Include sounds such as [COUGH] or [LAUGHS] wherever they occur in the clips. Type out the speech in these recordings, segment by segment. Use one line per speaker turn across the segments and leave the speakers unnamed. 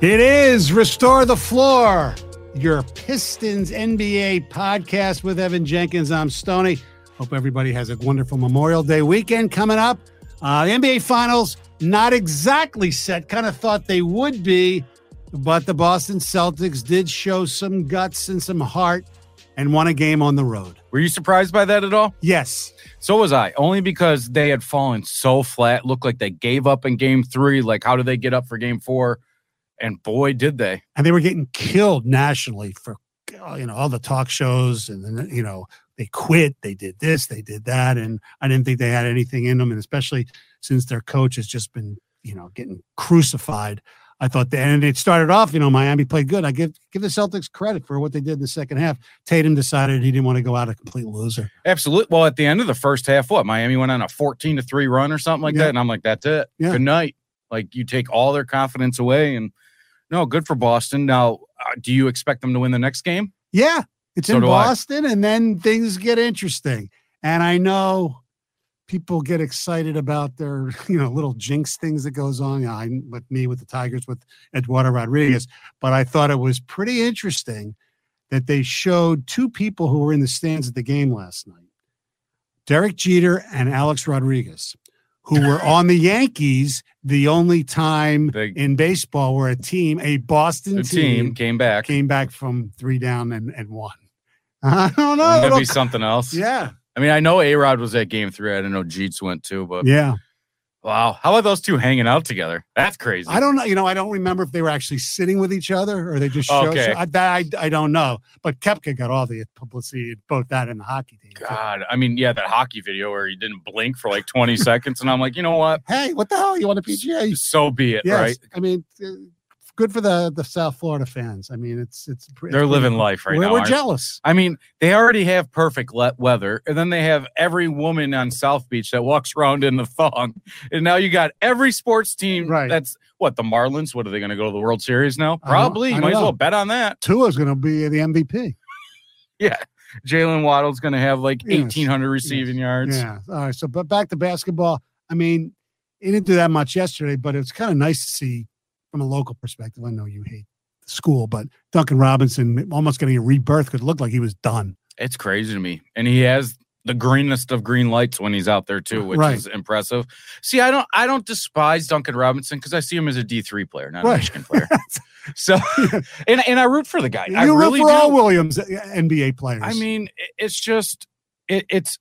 It is Restore the Floor, your Pistons NBA podcast with Evan Jenkins. I'm Stoney. Hope everybody has a wonderful Memorial Day weekend coming up. Uh, the NBA Finals, not exactly set. Kind of thought they would be, but the Boston Celtics did show some guts and some heart and won a game on the road.
Were you surprised by that at all?
Yes.
So was I, only because they had fallen so flat, looked like they gave up in game three. Like, how do they get up for game four? And boy, did they.
and they were getting killed nationally for you know all the talk shows and then you know they quit they did this they did that and i didn't think they had anything in them and especially since their coach has just been you know getting crucified i thought that and it started off you know miami played good i give give the celtics credit for what they did in the second half tatum decided he didn't want to go out a complete loser
Absolutely. Well, at the end of the first half, what? Miami went on a 14 to 3 run or something like
Yeah.
that. And I'm like, that's it.
Yeah.
Good night. Like, you take all their confidence away. And no, good for Boston. Now, uh, do you expect them to win the next game?
Yeah, it's
So
in
do I.
Boston, and then things get interesting. And I know people get excited about their [LAUGHS] you know little jinx things that goes on. I with me with the Tigers with Eduardo Rodriguez, but I thought it was pretty interesting that they showed two people who were in the stands at the game last night, Derek Jeter and Alex Rodriguez.
[LAUGHS]
Who were on the Yankees the only time
They-
in baseball where a team, a Boston
The team came back.
came back from three down and, and won. [LAUGHS] I don't know.
That'd
It'll-
be something else.
Oh, [LAUGHS] yeah.
I mean, I know A Rod was at game three. I don't know Jeets went too, [LAUGHS] but
Yeah.
wow. How are those two hanging out together? That's crazy.
I don't know. You know, I don't remember if they were actually sitting with each other or they just showed.
Okay.
I, that, I, I don't know. But Kepka got all the publicity, both that and the hockey team.
God, I mean, yeah, that hockey video where he didn't blink for like 20 [LAUGHS] seconds, and I'm like, you
[LAUGHS]
know what?
Hey, what the hell? You want a PGA?
So be it,
Yes.
right?
I mean, uh, good for the, the South Florida fans. I mean, it's it's. pr- it's
They're
pretty-
living life right
we're,
now.
We're
aren't-
jealous.
I mean, they already have perfect le- weather, and then they have every woman on South Beach that walks around in the thong, and now you got every sports team
Right.
that's what the Marlins. What are they going to go to the World Series now?
I don't-
Probably.
I
You
don't
might as
know.
well bet on that.
Tua's going to be the MVP.
Jalen Waddle's going to have like
Yes.
1,800 receiving yards.
Yeah. All right. So, but back to basketball. I mean, he didn't do that much yesterday, but it's kind of nice to see from a local perspective. I know you hate school, but Duncan Robinson almost getting a rebirth because it looked like he was done.
It's crazy to me. And he has the greenest of green lights when he's out there too, which
Right.
is impressive. See, I don't I don't despise Duncan Robinson because I see him as a D three player, not a
Right.
Michigan player.
[LAUGHS]
so and and I root for the guy.
you
I
root
really
for
do.
all Williams uh, NBA players.
I mean, i- it's just it, it's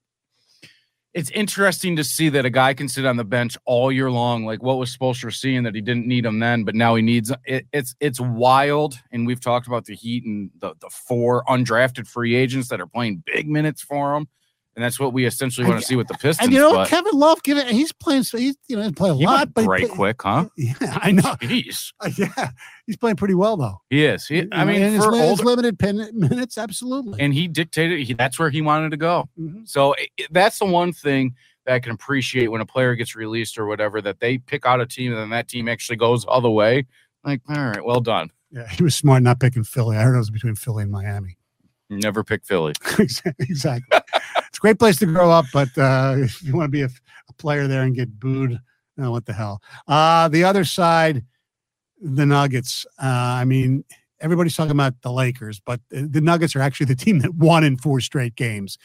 it's interesting to see that a guy can sit on the bench all year long. Like what was Spolster seeing that he didn't need him then, but now he needs it, it's it's wild. And we've talked about the Heat and the the four undrafted free agents that are playing big minutes for him, and that's what we essentially
And-
want to see with the Pistons.
and you know
but
Kevin Love, give it. He's playing. so He's you know he play a
he
lot,
went
but he
right
play-
quick, huh?
Yeah, I know. [LAUGHS]
Jeez,
Yeah, he's playing pretty well though.
he is. He, I
You know,
mean,
and his,
for
li- his
older,
limited pin, [LAUGHS] minutes, absolutely.
and he dictated. He, that's where he wanted to go.
Mhm.
So i- i- that's the one thing that I can appreciate when a player gets released or whatever that they pick out a team and then that team actually goes all the way. Like, all right, well done.
Yeah, he was smart not picking Philly. I heard it was between Philly and Miami.
Never pick Philly.
Exa- [LAUGHS] exactly. it's a great place to grow up, but uh, if you want to be a, a player there and get booed, oh, what the hell? Uh, the other side, the Nuggets. Uh, I mean, everybody's talking about the Lakers, but uh, the Nuggets are actually the [LAUGHS] team that won in four straight games,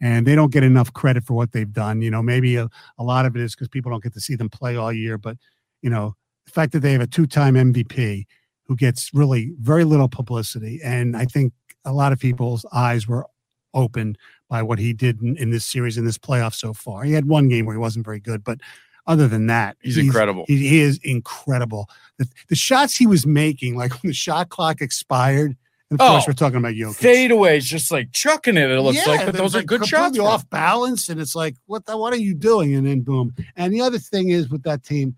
and they don't get enough credit for what they've done. You know, maybe a, a lot of it is because people don't get to see them play all year, but you know, the fact that they have a two-time MVP who gets really very little publicity, and I think a lot of people's eyes were open by what he did in, in this series in this playoff so far. He had one game where he wasn't very good, but other than that,
He's, incredible.
He, he is incredible. The, the shots he was making, like [LAUGHS] when the shot clock expired, and of course
Oh,
we're talking about Jokic.
Fadeaways, just like chucking it. It looks
Yeah,
like, but
they're-
those are
they're
good shots.
completely
bro.
off balance, and it's like, what the, what are you doing? And then boom. And the other thing is with that team,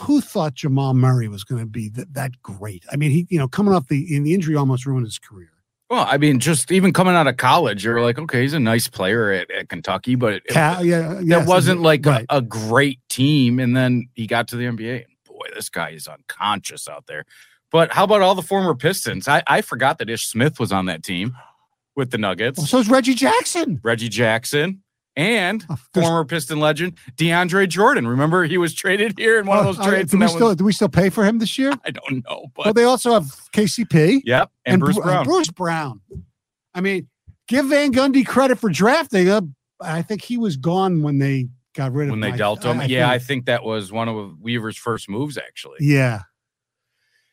who thought Jamal Murray was going to be that, that great? I mean, he you know coming off the in the injury almost ruined his career.
Well, I mean, just even coming out of college, you're like, okay, he's a nice player at, at Kentucky, but it,
Ca- yeah,
that
yes,
wasn't like a-
right.
a, great team. And then he got to the NBA. and Boy, this guy is unconscious out there. But how about all the former Pistons? I, I forgot that Ish Smith was on that team with the Nuggets.
Well, so is Reggie Jackson.
Reggie Jackson. and
Oh, there's-
former Piston legend DeAndre Jordan. Remember, he was traded here in one of those
Oh, all right,
trades.
Do
and
we
that
still
was,
do we still pay for him this year?
I don't know, but
Well, they also have KCP
yep, and, Bruce
Bru-
Brown.
Bruce Brown. I mean, give Van Gundy credit for drafting him. I think he was gone when they got rid of
when
him.
they
I-
dealt him.
I
yeah, I
think-
think that was one of Weaver's first moves. Actually,
yeah.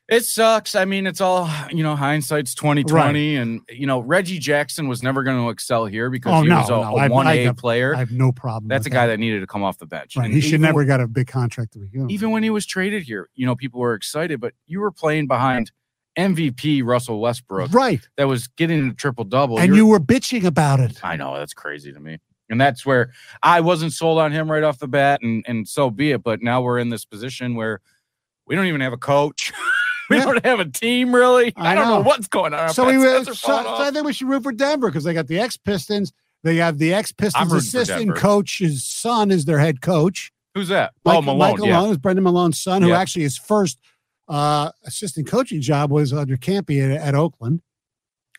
it sucks. I mean, it's all you know. Hindsight's twenty twenty, and you know Reggie Jackson was never going to excel here because
Oh,
he
no,
was
no,
a-
I- I
a one A
have-
player.
I have no problem.
That's a
with
guy that needed to come off the bench.
Right.
And
He should
even-
never got a big contract. To begin with.
Even when he was traded here, you know, people were excited, but you were playing behind MVP Russell Westbrook
right,
that was getting a triple double.
and you were bitching about it.
I know that's crazy to me. And that's where I wasn't sold on him right off the bat, and and so be it. But now we're in this position where we don't even have a coach. [LAUGHS] we
Yeah.
don't have a team really. I,
I
don't know.
know.
what's going on. Our
So, we
best
were,
sets
so,
are
so
falling off.
I think we should root for Denver because they got the ex Pistons. They have the ex Pistons
rooting for
assistant
Denver.
coach's son is their head coach.
Who's that? oh,
Mike-
Malone.
Mike
yeah.
Malone is Brendan Malone's son, who
Yeah.
actually his first uh, assistant coaching job was under Campy at, at Oakland.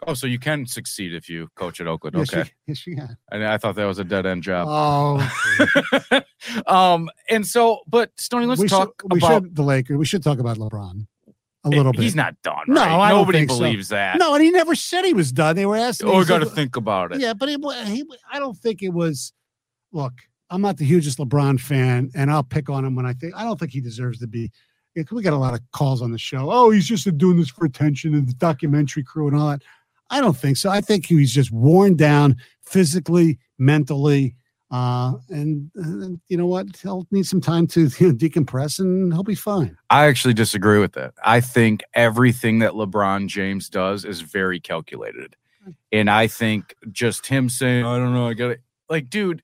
Oh, so you can succeed if you coach at Oakland.
Yes,
okay.
she, yes, she had.
And I thought that was a dead end job.
Oh,
[LAUGHS] um, and so, but Stoney, let's
we
talk
should, we
about.
should the Lakers. We should talk about LeBron a little bit.
He's not done.
No,
right?
I don't
nobody
think so.
believes that.
no, and he never said he was done. They were asking.
oh,
him,
we
he said,
got to think about it.
Yeah, but it, wa- he, I don't think it was. Look, I'm not the hugest LeBron fan, and I'll pick on him when I think I don't think he deserves to be. yeah, 'cause We got a lot of calls on the show. Oh, he's just doing this for attention and the documentary crew and all that. I don't think so. I think he's just worn down physically, mentally, uh, and, uh you know what? He'll need some time to [LAUGHS] decompress, and he'll be fine.
I actually disagree with that. I think everything that LeBron James does is very calculated.
Hmm.
And I think just him saying, I don't know, I got it. Like, dude,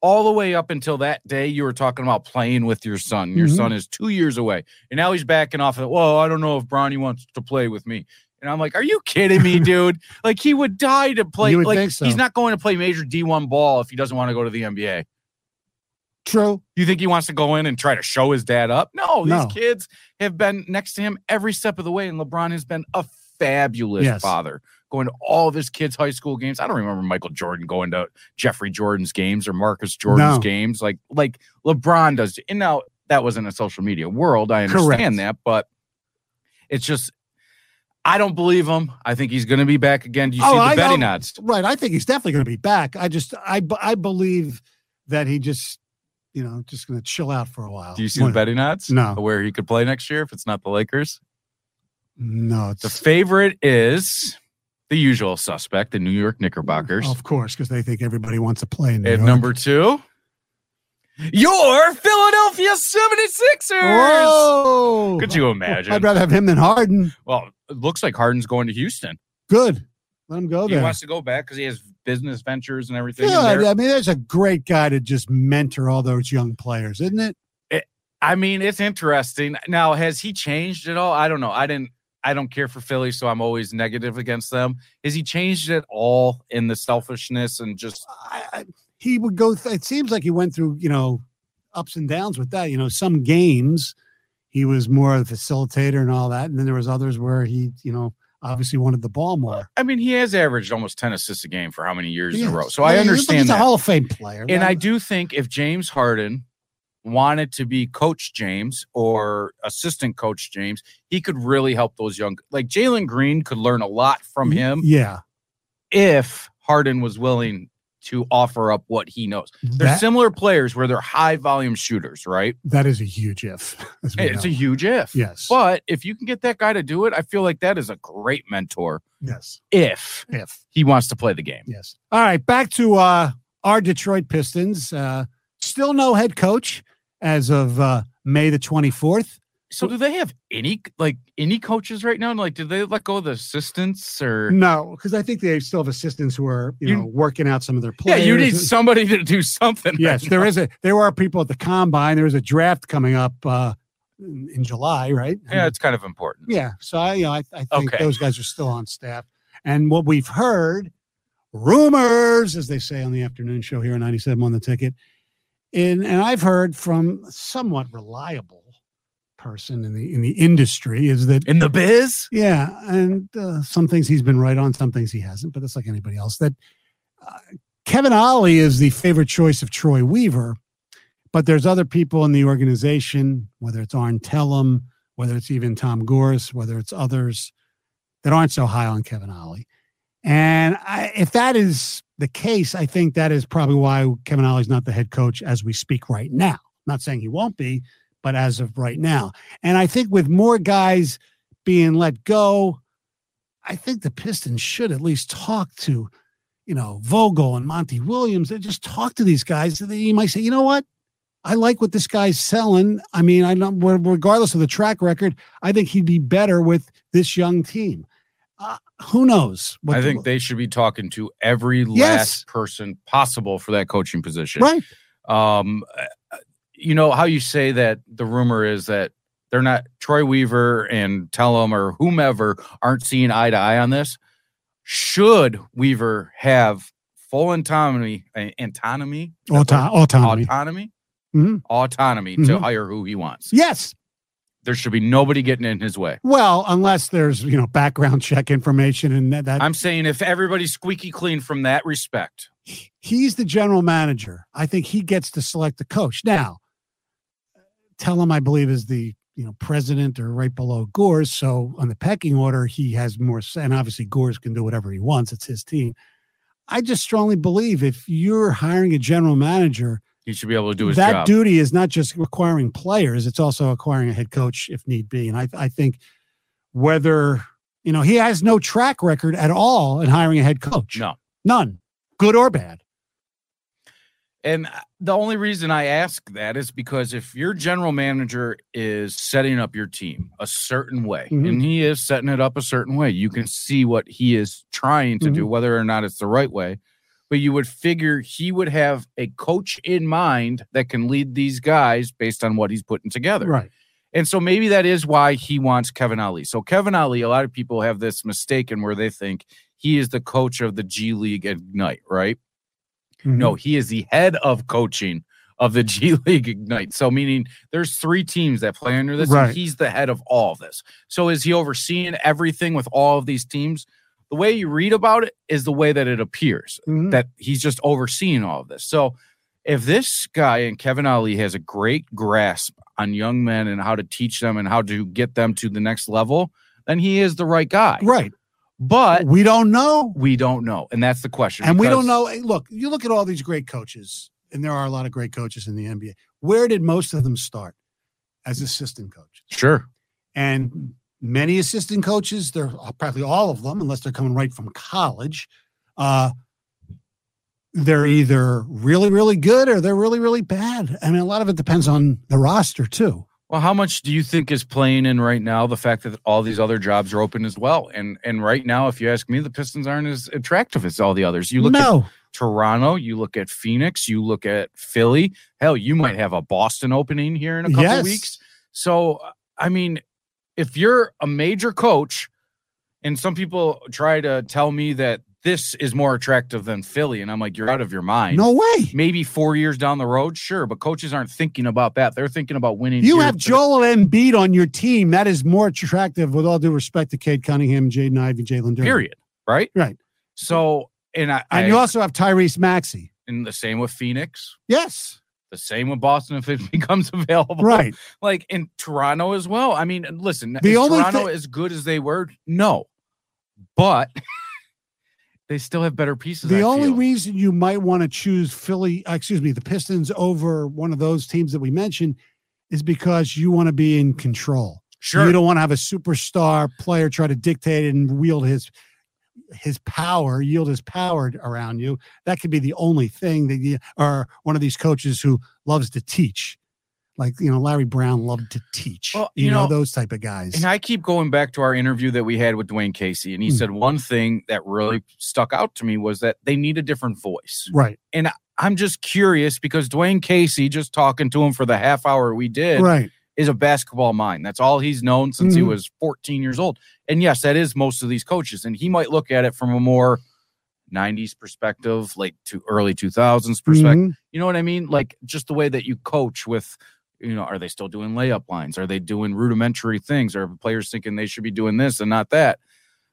all the way up until that day, you were talking about playing with your son. Your
Mhm.
son is two years away. And now he's backing off. And, Well, I don't know if Bronny wants to play with me. And I'm like, are you
[LAUGHS]
kidding me, dude? like, he would die to play.
You would
like,
think so.
he's not going to play major D1 ball if he doesn't want to go to the NBA.
True.
You think he wants to go in and try to show his dad up? No, these
No.
kids have been next to him every step of the way, and LeBron has been a fabulous
Yes.
father. Going to all of his kids' high school games. I don't remember Michael Jordan going to Jeffrey Jordan's games or Marcus Jordan's
No.
games. Like like LeBron does. And now that wasn't a social media world. I understand
Correct.
that, but it's just I don't believe him. I think he's going to be back again. Do you
Oh,
see the
I-
betting
I'm-
odds?
Right. I think he's definitely going to be back. I just, I, b- I believe that he just, you know, just going to chill out for a while.
Do you see the
When-
betting odds?
No.
Where he could play next year if it's not the Lakers?
No,
The
it's
favorite is the usual suspect, the New York Knickerbockers.
Of course, because they think everybody wants to play in Oh, New
At
York.
number two, your Philadelphia 76ers.
Whoa!
Could you
I'd
imagine?
rather have him than Harden.
Well, it looks like Harden's going to Houston.
Good. Let him go
He
there.
wants to go back because he has business ventures and everything. in there.
Oh, yeah, I mean, there's a great guy to just mentor all those young players, isn't it?
I mean, it's interesting. Now, has he changed at all? I don't know. I didn't. I don't care for Philly, so I'm always negative against them. Has he changed at all in the selfishness and just
I, I, he would go. Th- it seems like he went through, you know, ups and downs with that. You know, some games he was more of a facilitator and all that, and then there was others where he, you know, obviously wanted the ball more.
I mean, he has averaged almost 10 assists a game for how many years in
Yes.
a row. So I
Yeah, he's-
understand
He's a
that.
Hall of Fame player,
And I do think if James Harden wanted to be coach James or assistant coach James, he could really help those young like Jalen Green could learn a lot from him
Mm-hmm. Yeah,
if Harden was willing to offer up what he knows. They're
that,
similar players where they're high volume shooters, right?
that is a huge if. [LAUGHS] as we
It's a
know.
huge if.
yes,
But if you can get that guy to do it, I feel like that is a great mentor
yes,
if
if.
he wants to play the game.
Yes. All right, back to uh, our Detroit Pistons. Uh, still no head coach as of uh, May the 24th.
So do they have any like any coaches right now? Like, did they let go of the assistants or?
No, [LAUGHS] because I think they still have assistants who are you,
You-
know working out some of their
Yeah,
players.
you need somebody to do something.
[LAUGHS] Yes, there is a there are people at the combine. There is a draft coming up uh, in in July, right?
[LAUGHS] Yeah, it's kind of important.
Yeah. So I, you know, I, I think
Okay.
those guys are still on staff. And what we've heard, rumors, as they say on the afternoon show here on 97 on the ticket. And and I've heard from a somewhat reliable person in the in the industry is that
In the biz,
yeah, and uh, some things he's been right on, some things he hasn't, but it's like anybody else that uh, Kevin Ollie is the favorite choice of Troy Weaver, but there's other people in the organization, whether it's Arn Tellum, whether it's even Tom Gorse, whether it's others that aren't so high on Kevin Ollie. And I, if that is the case, I think that is probably why Kevin Ollie's not the head coach as we speak right now. I'm not saying he won't be, but as of right now. And I think with more guys being let go, I think the Pistons should at least talk to, you know, Vogel and Monty Williams. They just talk to these guys. And you might say, you know what? I like what this guy's selling. I mean, I know regardless of the track record, I think he'd be better with this young team. Uh, who knows?
I think
the-
they should be talking to every
Yes.
last person possible for that coaching position.
right.
Um, uh, you know how you say that the rumor is that they're not Troy Weaver and Tellum or whomever aren't seeing eye to eye on this. Should Weaver have full autonomy, uh, autonomy,
Auto- autonomy.
autonomy,
Mhm.
autonomy to
Mhm.
hire who he wants?
Yes.
There should be nobody getting in his way.
Well, unless there's you know background check information and that, that
I'm saying if everybody's squeaky clean from that respect,
he- he's the general manager. I think he gets to select the coach. Now, tell him I believe is the you know president or right below Gores. So on the pecking order, he has more. say- And obviously, Gores can do whatever he wants. It's his team. I just strongly believe if you're hiring a general manager,
he should be able to do his
that
job.
duty is not just requiring players; it's also acquiring a head coach if need be. And I, I think whether you know he has no track record at all in hiring a head coach.
No.
none, good or bad.
And uh, the only reason I ask that is because if your general manager is setting up your team a certain way,
Mhm.
and he is setting it up a certain way, you can see what he is trying to
Mm-hmm.
do, whether or not it's the right way. But you would figure he would have a coach in mind that can lead these guys based on what he's putting together.
Right.
And so maybe that is why he wants Kevin Ali. So Kevin Ali, a lot of people have this mistaken where they think he is the coach of the G League Ignite, right?
Mm-hmm.
No, he is the head of coaching of the [LAUGHS] G League Ignite. So, meaning there's three teams that play under this,
Right.
and he's the head of all of this. So, is he overseeing everything with all of these teams? The way you read about it is the way that it appears
Mhm.
that he's just overseeing all of this. So, if this guy and Kevin Ali has a great grasp on young men and how to teach them and how to get them to the next level, then he is the right guy.
Right.
But
we don't know.
we don't know. And that's the question.
And we
because-
don't know. hey, Look, you look at all these great coaches, and there are a lot of great coaches in the NBA. Where did most of them start? As assistant coaches.
Sure.
And many assistant coaches, they're practically all of them, unless they're coming right from college. Uh, they're either really, really good or they're really, really bad. I mean, a lot of it depends on the roster, too.
Well, how much do you think is playing in right now the fact that all these other jobs are open as well? And and right now, if you ask me, the Pistons aren't as attractive as all the others. You look at
no,
Toronto, you look at Phoenix, you look at Philly. Hell, you might have a Boston opening here in a couple
Yes.
weeks. So, I mean, if you're a major coach, and some people try to tell me that this is more attractive than Philly, and I'm like, you're out of your mind.
no way.
Maybe four years down the road, sure, but coaches aren't thinking about that. They're thinking about winning.
You
here
have
today.
Joel Embiid on your team. That is more attractive, with all due respect to Cade Cunningham, Jaden Ivey, Jalen Duran.
period. Right.
Right.
So, and I,
And
I-
you also have Tyrese Maxey.
and the same with Phoenix,
Yes,
the same with Boston if it [LAUGHS] becomes available.
right.
Like in Toronto as well. I mean, listen,
The
is
only
Toronto
thi-
as good as they were? No. But [LAUGHS] they still have better pieces.
The
I
only
feel.
reason you might want to choose Philly, uh, excuse me, the Pistons over one of those teams that we mentioned is because you want to be in control.
sure.
You don't want to have a superstar player try to dictate and wield his his power, yield his power around you. That could be the only thing that you are one of these coaches who loves to teach. Like, you know, Larry Brown loved to teach.
Well,
you
you
know,
know,
those type of guys.
And I keep going back to our interview that we had with Dwayne Casey, and he
Hmm.
said one thing that really stuck out to me was that they need a different voice.
right.
I'm just curious because Dwayne Casey, just talking to him for the half hour we did,
Right.
is a basketball mind. That's all he's known since he
Mhm.
was 14 years old. And yes, that is most of these coaches. And he might look at it from a more 90s perspective, late to early 2000s perspective.
Mhm.
You know what I mean? Like just the way that you coach with, you know, are they still doing layup lines? Are they doing rudimentary things? Are players thinking they should be doing this and not that?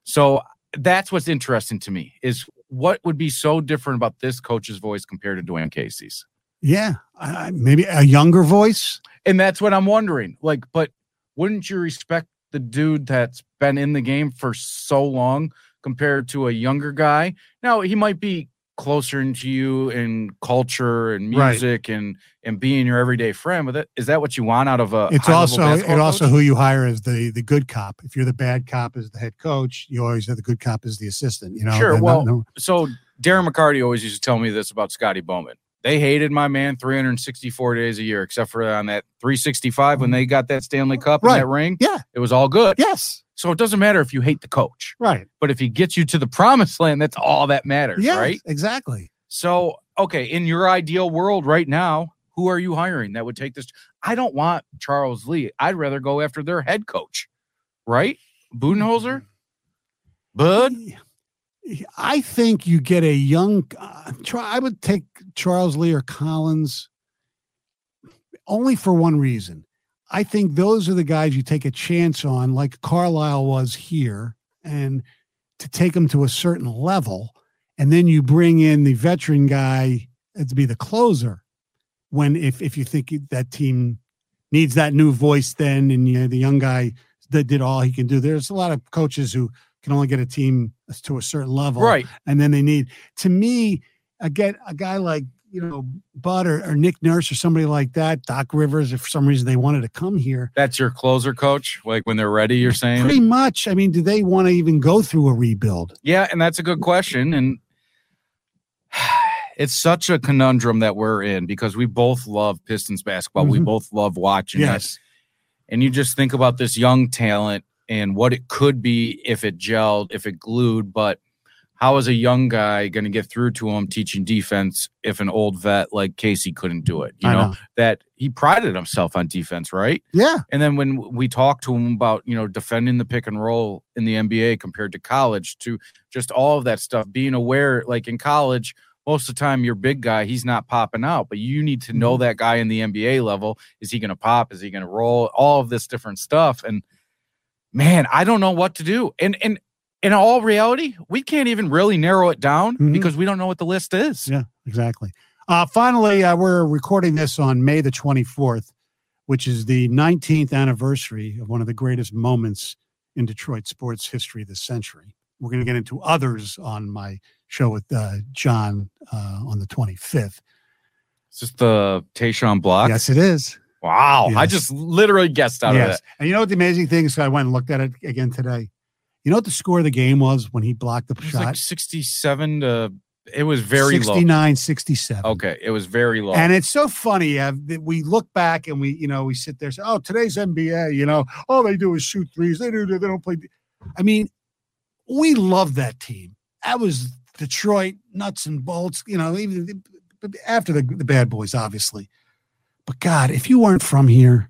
So that's what's interesting to me is what would be so different about this coach's voice compared to Dwayne Casey's?
Yeah, I, I- maybe a younger voice.
And that's what I'm wondering. Like, but wouldn't you respect the dude that's been in the game for so long compared to a younger guy? Now he might be closer into you in culture and
Right.
music and and being your everyday friend. But that, is that what you want out of a?
It's
high-level
also it
basketball
also
coach?
who you hire as the the good cop. If you're the bad cop as the head coach, you always have the good cop as the assistant. You know,
Sure,
They're not-
well,
no-
so Darren McCarty always used to tell me this about Scotty Bowman. They hated my man 364 days a year, except for on that 365 when they got that Stanley Cup
Right.
and that ring.
Yeah.
It was all good.
yes,
So it doesn't matter if you hate the coach,
right,
but if he gets you to the promised land, that's all that matters,
yeah,
right?
exactly.
So, okay, in your ideal world right now, who are you hiring that would take this? I don't want Charles Lee. I'd rather go after their head coach, right?
Mm-hmm.
Budenholzer? Bud?
I think you get a young. Uh, try, I would take Charles Lee or Collins, only for one reason. I think those are the guys you take a chance on, like Carlisle was here, and to take them to a certain level, and then you bring in the veteran guy uh, to be the closer. When if if you think that team needs that new voice, then and you know, the young guy that did all he can do. There's a lot of coaches who can only get a team to a certain level,
Right.
And then they need to me again a guy like you know Bud or, or Nick Nurse or somebody like that, Doc Rivers. If for some reason they wanted to come here,
That's your closer coach. Like when they're ready, you're saying?
pretty much. I mean, do they want to even go through a rebuild?
Yeah, and that's a good question. And [SIGHS] it's such a conundrum that we're in because we both love Pistons basketball. We
Mhm.
both love watching it.
Yes,
And you just think about this young talent and what it could be if it gelled, if it glued. But how is a young guy going to get through to him teaching defense if an old vet like Casey couldn't do it? You
I
know,
know.
that he prided himself on defense, right?
yeah,
And then when we talk to him about, you know, defending the pick and roll in the NBA compared to college, to just all of that stuff, being aware, like in college, most of the time your big guy, he's not popping out, but you need to
Mm-hmm.
know that guy in the NBA level. Is he going to pop? Is he going to roll? All of this different stuff. And man, I don't know what to do. And, and, in all reality, we can't even really narrow it down
Mhm.
because we don't know what the list is.
Yeah. exactly. Uh, finally, uh, we're recording this on May the 24th, which is the 19th anniversary of one of the greatest moments in Detroit sports history this century. We're going to get into others on my show with uh, John uh, on the 25th.
It's just the Tayshawn block.
Yes, it is.
Wow. I
Yes.
just literally guessed out of that.
Yes. And you know what the amazing thing is? I went and looked at it again today. You know what the score of the game was when he blocked the
It was
shot?
like 67 to it was very
69 67.
low. Okay, it was very low.
And it's so funny uh, that we look back and we, you know, we sit there and say, oh, today's NBA, you know, all they do is shoot threes. They do, they don't play. de-" I mean, we love that team. That was Detroit nuts and bolts, you know, even the- b- b- after the, the bad boys, obviously. But God, if you weren't from here,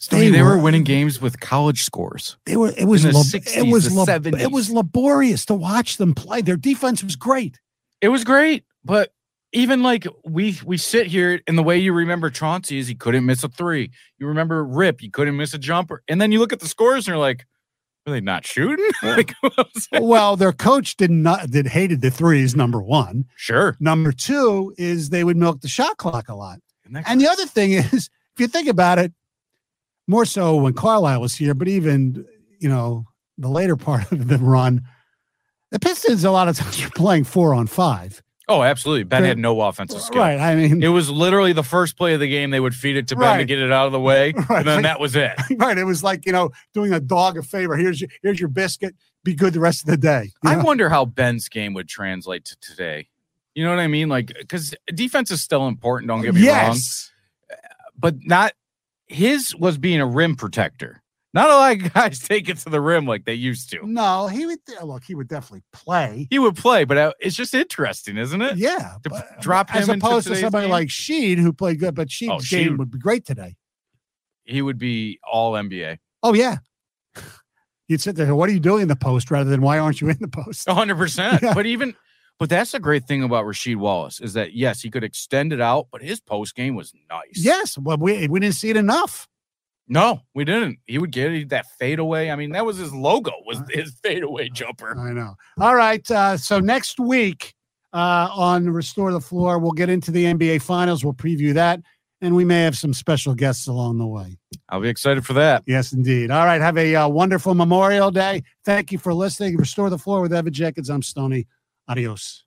Stoney, they,
they
were,
were-
winning games with college scores.
they were, it was,
the
lab-
60s,
it was,
the
lab-
70s.
it was laborious to watch them play. Their defense was great.
It was great, but even like we we sit here and the way you remember Chauncey is he couldn't miss a three. You remember Rip, he couldn't miss a jumper. And then you look at the scores and you're like, are they not shooting? [LAUGHS] like, what was that?
well, their coach did not, that hated the threes, number one.
sure.
Number two is they would milk the shot clock a lot.
And that-
And the other thing [LAUGHS] is, if you think about it, more so when Carlisle was here, but even, you know, the later part of the run, the Pistons a lot of [LAUGHS] times are playing four on five.
oh, absolutely. Ben
Right.
had no offensive skill.
Right. I mean,
It was literally the first play of the game. They would feed it to Ben to
Right.
get it out of the way,
[LAUGHS] Right.
and then that was it.
[LAUGHS] right. It was like, you know, doing a dog a favor. Here's your, here's your biscuit. Be good the rest of the day. You
I
know?
wonder how Ben's game would translate to today. You know what I mean? Like, because defense is still important. Don't get me wrong,
yes.
but not his was being a rim protector. Not a lot of guys [LAUGHS] take it to the rim like they used to.
No, he would, look, he would definitely play.
He would play, but uh, it's just interesting, isn't it?
Yeah.
To
but-
f- drop
as
him into
opposed to
today's
somebody
game? Oh,
like Sheed who played good, but Sheed's game
Sheed.
would be great today.
He would be all NBA,
Oh yeah. You'd sit there. and go, What are you doing in the post? Rather than why aren't you in the post? [LAUGHS]
hundred percent.
Yeah.
But even, but that's the great thing about Rasheed Wallace is that yes, he could extend it out, but his post game was nice.
Yes. Well, we we didn't see it enough.
No, we didn't. He would get it, that fadeaway. I mean, that was his logo, was his fadeaway jumper.
I know. All right. Uh, so next week uh, on Restore the Floor, we'll get into the NBA Finals. We'll preview that, and we may have some special guests along the way.
I'll be excited for that.
Yes, indeed. All right. Have a uh, wonderful Memorial Day. Thank you for listening. Restore the Floor with Evan Jenkins. I'm Stoney. Adios.